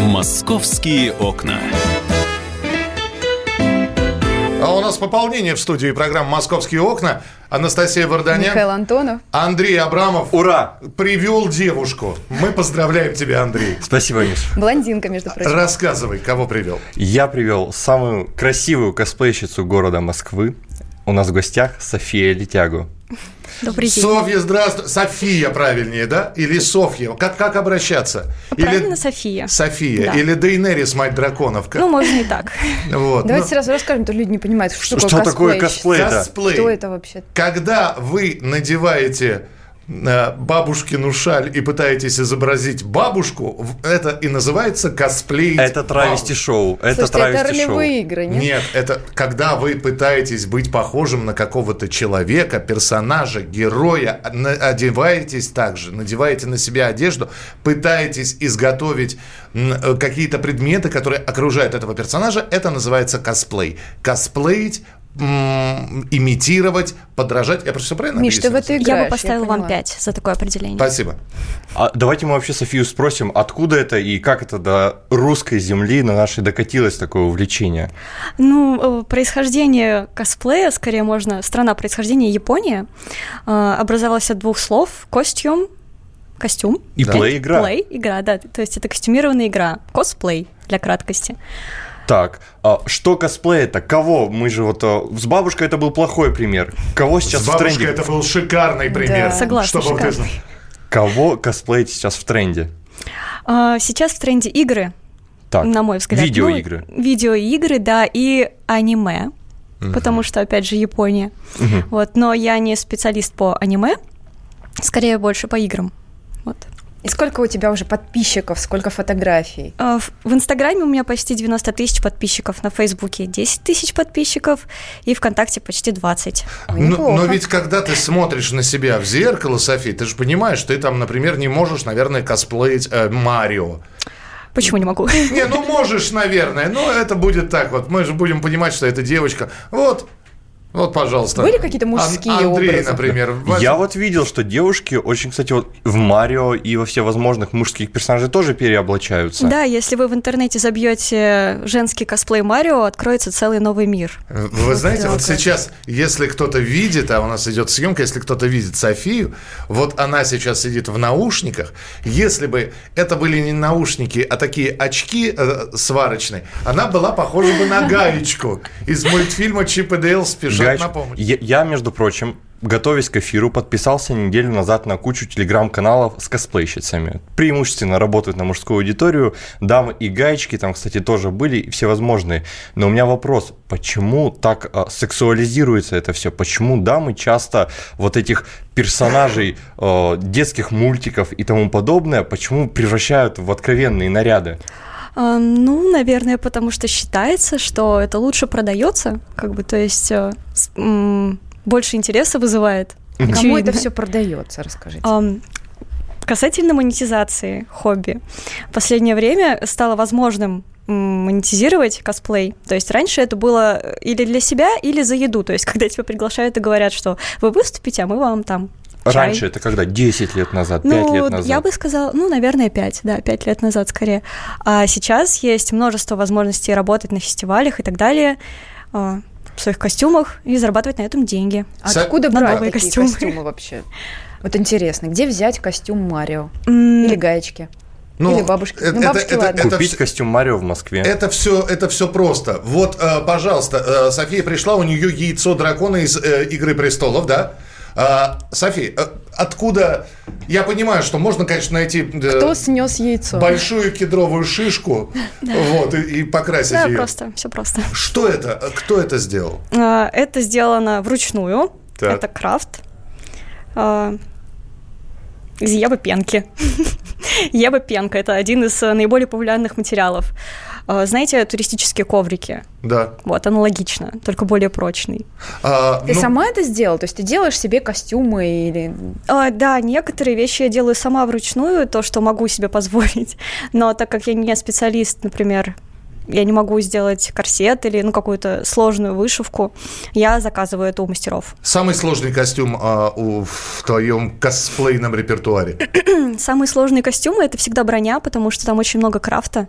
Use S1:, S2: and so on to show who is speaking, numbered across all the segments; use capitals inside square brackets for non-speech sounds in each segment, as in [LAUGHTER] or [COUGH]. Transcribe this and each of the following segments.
S1: «Московские окна».
S2: А у нас пополнение в студии программы «Московские окна». Анастасия Варданян.
S3: Михаил Антонов.
S2: Андрей Абрамов
S4: Ура!
S2: привел девушку. Мы поздравляем тебя, Андрей.
S4: Спасибо, Миш.
S3: Блондинка, между прочим.
S2: Рассказывай, кого привел.
S4: Я привел самую красивую косплейщицу города Москвы. У нас в гостях София Летягу.
S5: Добрый день.
S2: Софья, здравствуй. София правильнее, да? Или Софья? Как, как обращаться?
S5: Правильно, София.
S2: София.
S5: Да.
S2: Или Дейнерис, мать драконов. Как-
S5: Ну, можно и так.
S2: вот.
S3: Давайте
S2: Ну,
S3: сразу расскажем, то люди не понимают, что,
S4: Что такое косплей? да?
S2: косплей.
S3: Что это вообще?
S2: Когда вы надеваете э, бабушкину шаль и пытаетесь изобразить бабушку, в- это и называется косплей.
S4: Это травести-шоу. Это
S3: Слушайте, это ролевые
S4: травести-шоу.
S3: игры, нет?
S2: Нет, это когда вы пытаетесь быть похожим на какого-то человека, персонажа, героя, на- одеваетесь также, надеваете на себя одежду, пытаетесь изготовить м, э, какие-то предметы, которые окружают этого персонажа, это называется косплей. Косплеить, м, имитировать, подражать. Я просто все правильно
S3: Миш, ты в
S2: объяснил?
S3: это играешь.
S5: Я бы поставил вам
S3: поняла.
S5: 5 за такое определение.
S2: Спасибо.
S4: А давайте мы вообще Софию спросим, откуда это и как это до русской земли на нашей докатилось такое увлечение.
S5: Ну, э, происхождение косплея, скорее можно, страна происхождения Япония, э, образовалась от двух слов костюм, костюм,
S4: И
S2: Да.
S4: плей-игра.
S5: плей, игра, да, то есть это костюмированная игра, косплей для краткости.
S4: Так, а что косплей это? Кого? Мы же вот... а, С бабушкой это был плохой пример. Кого сейчас
S2: С
S4: в
S2: бабушкой
S4: тренде?
S2: это был шикарный пример.
S3: Да.
S5: Согласна,
S2: чтобы вот
S5: шикарный.
S2: это-
S4: Кого косплеить сейчас в тренде?
S5: А, Сейчас в тренде игры,
S4: Так,
S5: на мой взгляд. ну,
S4: видеоигры.
S5: видеоигры, да, и аниме, потому что, опять же, Япония.
S4: Мгм.
S5: Вот, но я не специалист по аниме, скорее больше по играм. Вот.
S3: И сколько у тебя уже подписчиков, сколько фотографий?
S5: А, В в Инстаграме у меня почти 90 тысяч подписчиков, на Фейсбуке 10 тысяч подписчиков и ВКонтакте почти 20.
S3: Ой,
S2: Ну, Но,
S3: неплохо.
S2: но ведь когда ты смотришь на себя в зеркало, Софи, ты же понимаешь, ты там, например, не можешь, наверное, косплеить э, Марио.
S5: Почему не могу?
S2: Не, ну можешь, наверное, но это будет так вот. Мы же будем понимать, что это девочка. Вот, вот, пожалуйста.
S3: Были какие-то мужские
S2: Ан- Андрей,
S3: образы?
S2: например.
S4: Я вот видел, что девушки очень, кстати, вот в Марио и во всевозможных мужских персонажей тоже переоблачаются.
S5: Да, если вы в интернете забьете женский косплей Марио, откроется целый новый мир.
S2: Вы знаете, вот
S3: как.
S2: сейчас, если кто-то видит, а у нас идет съемка, если кто-то видит Софию, вот она сейчас сидит в наушниках. Если бы это были не наушники, а такие очки э, сварочные, она была похожа бы
S3: [LAUGHS]
S2: на гаечку из мультфильма Чип и Дейл спешат
S4: Гаечка.
S2: на помощь.
S4: Я, я, между прочим, готовясь к эфиру, подписался неделю назад на кучу телеграм-каналов с косплейщицами. Преимущественно работают на мужскую аудиторию. Дамы и гаечки там, кстати, тоже были, и всевозможные. Но у меня вопрос, почему так а, сексуализируется это все? Почему дамы часто вот этих персонажей э, детских мультиков и тому подобное, почему превращают в откровенные наряды?
S5: А, Ну, наверное, потому что считается, что это лучше продается, как бы, то есть э, с- м, больше интереса вызывает.
S3: Кому это
S5: Очевидно.
S3: все продается, расскажите.
S5: Ам, Касательно монетизации хобби. В последнее время стало возможным м, монетизировать косплей. То есть раньше это было э, или для себя, или за еду. То есть [LAUGHS] когда тебя приглашают и говорят, что вы выступите, а мы вам там чай.
S4: Раньше это когда? 10 лет назад, 5
S5: Ну,
S4: лет назад?
S5: я бы сказала, ну, наверное, 5, да, 5 лет назад скорее. А сейчас есть множество возможностей работать на фестивалях и так далее, а, в своих костюмах и зарабатывать на этом деньги.
S3: А
S2: Со-
S3: Откуда
S5: на
S3: брать
S5: новые
S3: такие
S5: костюмы.
S3: костюмы. вообще? Вот интересно, где взять костюм Марио?
S5: М,
S3: Или гаечки? Или бабушки. Ну, бабушки, ладно.
S2: это
S4: Купить
S2: вс-
S4: костюм Марио в Москве.
S2: Это все, это все просто. Вот, э, пожалуйста, э, София пришла, у нее яйцо дракона из э, Игры престолов, да? А, София, э, откуда? Я понимаю, что можно, конечно, найти э,
S3: Кто снес яйцо?
S2: большую кедровую шишку, вот и, и покрасить
S5: Да,
S2: ее.
S5: просто, все просто.
S2: Что это? Э, Кто это сделал?
S5: А, Это сделано вручную.
S4: Так.
S5: Это крафт. а, Из [LAUGHS] ябопенки. Ябопенка – это один из э, наиболее популярных материалов. А, Знаете, туристические коврики.
S2: Да.
S5: Вот, аналогично, только более прочный.
S2: А,
S3: Ты
S2: ну,
S3: сама это сделала? То есть ты делаешь себе костюмы или...
S5: А, Да, некоторые вещи я делаю [LAUGHS] сама вручную, то, что могу себе позволить. Но так как я не специалист, например, я не могу сделать корсет или ну, какую-то сложную вышивку, я заказываю это у мастеров.
S2: Самый сложный костюм а, у, в твоем косплейном репертуаре.
S5: Самые сложные костюмы это всегда броня, потому что там очень много крафта.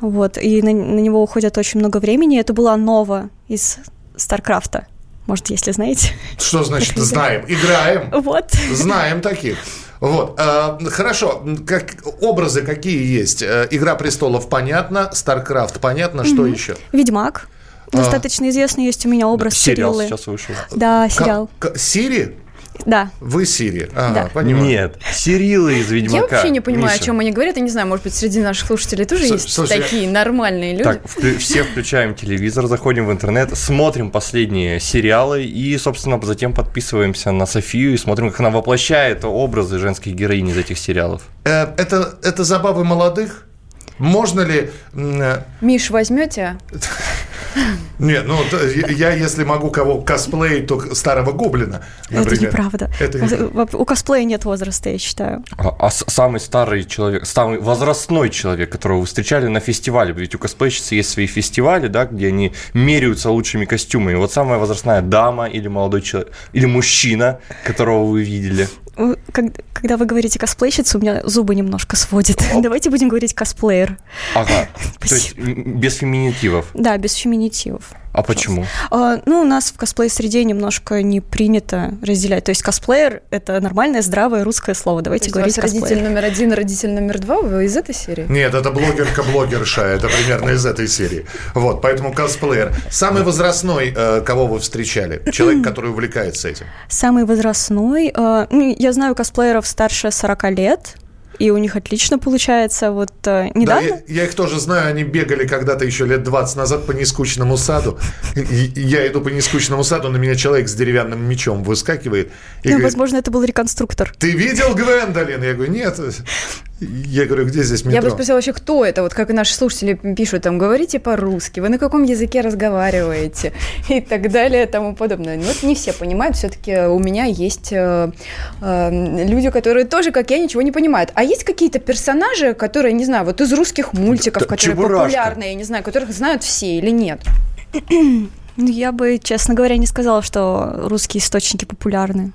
S5: Вот, и на, на него уходит очень много времени. Это была нова из Старкрафта. Может, если знаете. [LAUGHS]
S2: Что значит знаем? Играем.
S5: Вот.
S2: Знаем таких. Вот, э, хорошо, как, образы какие есть? Э, Игра престолов понятно, Старкрафт понятно, что еще?
S5: Ведьмак.
S2: А.
S5: Достаточно известный есть у меня образ
S4: Сериал
S5: Сириллы.
S4: сейчас вышел.
S5: Да, сериал.
S2: Ка- ка- Сири?
S5: Да.
S2: Вы Сири? Ага,
S5: Да.
S2: понимаю.
S4: Нет, Сирилы из Ведьмака.
S1: Я вообще не понимаю,
S4: Миша.
S1: о чем они говорят. Я не знаю, может быть, среди наших слушателей тоже
S2: С-
S1: есть
S2: слушай,
S1: такие нормальные люди.
S4: Так, вклю- все включаем телевизор, заходим в интернет, смотрим последние сериалы и, собственно, затем подписываемся на Софию и смотрим, как она воплощает образы женских героинь из этих сериалов.
S2: Э, это, это забавы молодых? Можно ли... м, э,
S1: Миш, возьмете?
S2: Не, ну, т- я, если могу кого косплеить, то старого гоблина,
S5: Это
S2: например.
S5: неправда.
S2: Это неправда.
S5: У косплея нет возраста, я считаю.
S4: А, а с- самый старый человек, самый возрастной человек, которого вы встречали на фестивале, ведь у косплейщицы есть свои фестивали, да, где они меряются лучшими костюмами. Вот самая возрастная дама или молодой человек, или мужчина, которого вы видели.
S5: Э, как- Когда вы говорите косплейщица, у меня зубы немножко сводят. [LAUGHS] Давайте будем говорить косплеер.
S4: Ага, то
S5: [LAUGHS]
S4: есть м, без феминитивов.
S5: Да, без феминитивов.
S4: А почему?
S5: А, Ну, у нас в косплей-среде немножко не принято разделять. То есть косплеер — это нормальное, здравое русское слово. Давайте
S1: То есть
S5: говорить
S1: у вас родитель
S5: косплеер.
S1: номер один, родитель номер два, вы из этой серии?
S2: Нет, это блогерка-блогерша, это примерно из этой серии. Вот, поэтому косплеер. Самый возрастной, э, кого вы встречали?
S5: [CLEARS THROAT]
S2: Человек, который увлекается этим.
S5: Самый возрастной... э, ну, Я знаю косплееров старше 40 лет, и у них отлично получается. Вот э,
S2: Да,
S5: недавно...
S2: я, я их тоже знаю, они бегали когда-то еще лет 20 назад по нескучному саду. И- и Я иду по нескучному саду, на меня человек с деревянным мечом выскакивает и
S5: Ну,
S2: говорит,
S5: возможно, это был реконструктор.
S2: ты видел Гвендолин? Я говорю, нет. Я говорю, где здесь метро?
S1: Я бы спросила вообще, кто это, вот как и наши слушатели пишут, там, говорите по-русски, вы на каком языке разговариваете [LAUGHS] и так далее, и тому подобное. Ну, вот не все понимают, все-таки у меня есть э, э, люди, которые тоже, как я, ничего не понимают. А есть какие-то персонажи, которые, не знаю, вот из русских мультиков,
S4: Да,
S1: которые
S4: Чебурашка.
S1: популярны, я не знаю, которых знают все или нет?
S5: Ну, Я бы, честно говоря, не сказала, что русские источники популярны,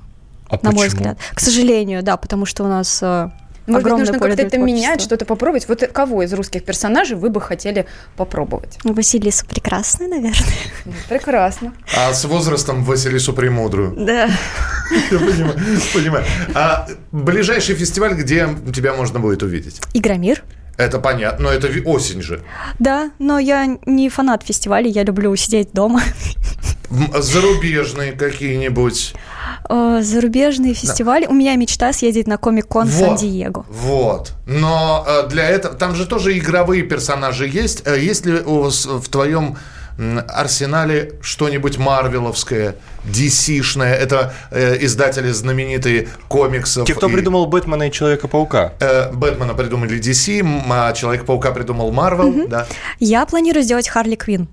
S4: А
S5: на мой
S4: почему?
S5: взгляд. К сожалению, да, потому что у нас э,
S1: Ну, Может быть,
S5: огромное
S1: нужно
S5: поле
S1: как-то
S5: для
S1: это менять,
S5: творчества.
S1: что-то попробовать. Вот кого из русских персонажей вы бы хотели попробовать?
S5: Ну, Василиса прекрасная, наверное.
S1: Ну, Прекрасно.
S2: А с возрастом Василису Премудрую. [LAUGHS]
S5: Да.
S2: Я понимаю, понимаю. А ближайший фестиваль, где тебя можно будет увидеть?
S5: Игромир.
S2: Это понятно, но это ви- осень же.
S5: Да, но я не фанат фестивалей, я люблю сидеть дома.
S2: М, Зарубежные какие-нибудь.
S5: Э, Зарубежные фестивали. У меня мечта съездить на Комик-кон в
S2: Вот.
S5: Сан-Диего.
S2: Вот. Но э, для этого... Там же тоже игровые персонажи есть. Э, Есть ли у вас в твоем м, арсенале что-нибудь марвеловское, DC-шное? Это э, издатели знаменитые комиксов.
S4: Те, кто
S2: и-
S4: придумал Бэтмена и
S5: [LAUGHS]
S4: Человека-паука.
S2: э, Бэтмена придумали DC, м, а Человек-паука придумал Марвел, да.
S5: Я планирую сделать Харли Квин.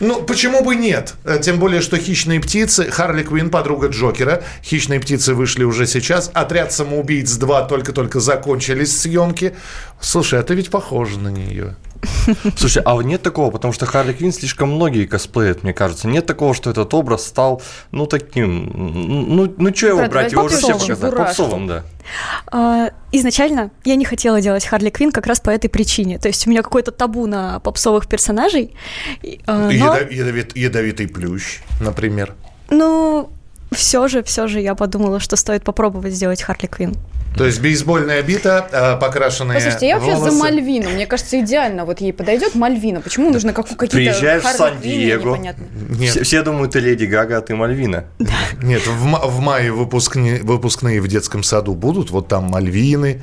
S2: Ну, почему бы нет? Э, Тем более, что «Хищные птицы», Харли Квинн, подруга Джокера. «Хищные птицы» вышли уже сейчас. «Отряд самоубийц 2» только-только закончились съемки. Слушай, а ты ведь похожа на нее.
S4: Слушай, а нет такого, потому что Харли Квинн слишком многие косплеят, мне кажется. Нет такого, что этот образ стал, ну, таким, м, ну, ну что его
S1: Брат,
S4: брать, его уже все
S1: попсовым,
S4: показали.
S1: чебурашкой.
S4: Попсовым, да.
S5: А, Изначально я не хотела делать Харли Квин как раз по этой причине. То есть у меня какое-то табу на попсовых персонажей. И, э, но-
S2: Ядо- ядовит- ядовитый плющ, например.
S5: Ну, все же, все же я подумала, что стоит попробовать сделать Харли Квин.
S2: То есть бейсбольная бита, э, покрашенные
S1: Послушайте, я
S4: а
S1: вообще
S2: волосы.
S1: за Мальвину. Мне кажется, идеально вот ей подойдет Мальвина. Почему нужно как, какие-то
S4: Приезжаешь в
S1: Харли
S4: Сан-Диего.
S1: Квинны непонятно?
S2: Нет,
S4: Все, все думают, ты Леди Гага, а ты Мальвина.
S2: нет в, ма- в мае выпускни- выпускные в детском саду будут. Вот там Мальвины,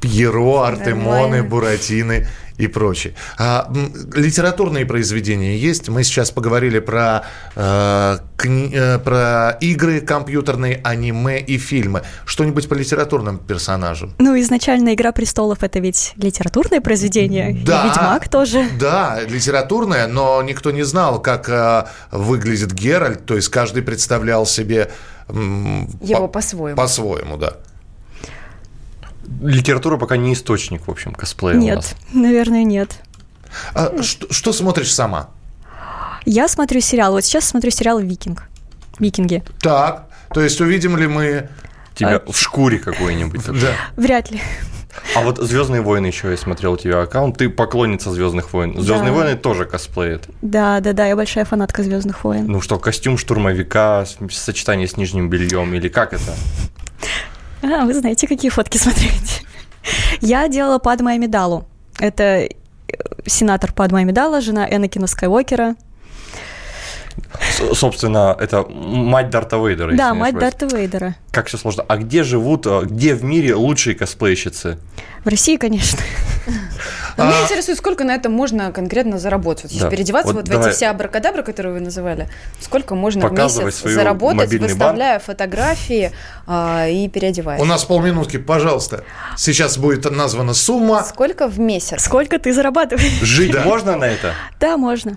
S2: Пьеро, Артемоны,
S1: Нормально.
S2: Буратины и прочее. А, м, литературные произведения есть. Мы сейчас поговорили про, э, кни- э, про игры компьютерные, аниме и фильмы. Что-нибудь по литературным персонажам?
S5: Ну, изначально «Игра престолов» — это ведь литературное произведение,
S2: Да.
S5: и «Ведьмак» тоже.
S2: Да, литературная, но никто не знал, как э, выглядит Геральт, то есть каждый представлял себе м,
S1: Его
S2: по-
S1: по-своему.
S2: по-своему, да.
S4: Литература пока не источник, в общем, косплея у
S5: Нет,
S4: нас.
S5: наверное, нет.
S2: А, что, что смотришь сама?
S5: Я смотрю сериал. Вот сейчас смотрю сериал «Викинг». «Викинги».
S2: Так, то есть увидим ли мы...
S4: Тебя
S5: А
S4: в шкуре [LAUGHS] какой-нибудь.
S2: Да.
S5: Вряд ли.
S4: А вот Звездные войны еще я смотрел у тебя аккаунт. Ты поклонница Звездных войн. Звездные
S5: Да.
S4: войны тоже косплеит.
S5: Да, да, да, я большая фанатка Звездных войн.
S4: Ну что, костюм штурмовика, с- сочетание с нижним бельем или как это?
S5: А, вы знаете, какие фотки [LAUGHS] смотреть. Я делала Падма Амидалу. Это э, сенатор Падма Амидала, жена Энакина Скайуокера.
S4: С- собственно, это мать Дарта Вейдера. если
S5: Да,
S4: я не
S5: мать
S4: ошибаюсь.
S5: Дарта Вейдера.
S4: Как все сложно. А где живут, э, где в мире лучшие косплейщицы?
S5: В России, конечно.
S1: Меня интересует, сколько на этом можно конкретно заработать. Вот Если
S4: А. Да.
S1: переодеваться
S4: Вот
S1: вот, в
S4: давай.
S1: эти все абракадабры, которые вы называли, сколько можно в
S4: Показывай
S1: месяц
S4: свою
S1: заработать,
S4: мобильный банк.
S1: выставляя фотографии а, и переодеваясь.
S2: У нас полминутки, пожалуйста. Сейчас будет названа сумма.
S1: Сколько в месяц?
S5: Сколько ты зарабатываешь?
S4: Жить
S2: Да.
S4: можно на это?
S5: Да, можно.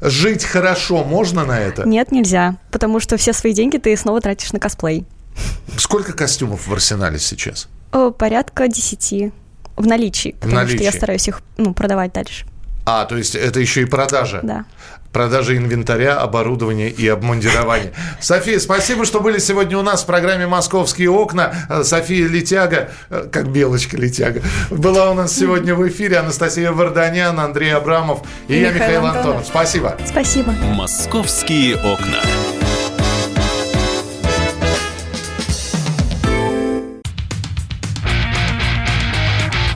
S2: Жить хорошо можно на это?
S5: Нет, нельзя. Потому что все свои деньги ты снова тратишь на косплей.
S2: Сколько костюмов в арсенале сейчас?
S5: О, Э, Порядка десяти. В наличии. Потому что я
S2: наличии.
S5: стараюсь их ну, продавать дальше.
S2: А, то есть это еще и продажа.
S5: Да.
S2: Продажа инвентаря, оборудования и
S1: [LAUGHS]
S2: обмундирования. София, спасибо, что были сегодня у нас в программе «Московские окна». Э, София Летяга, э, как белочка Летяга, была у нас сегодня в эфире. Анастасия Варданян, Андрей Абрамов и, я,
S1: Михаил
S2: Михаил
S1: Антонов.
S2: Антонов. Спасибо.
S5: Спасибо.
S6: Московские окна.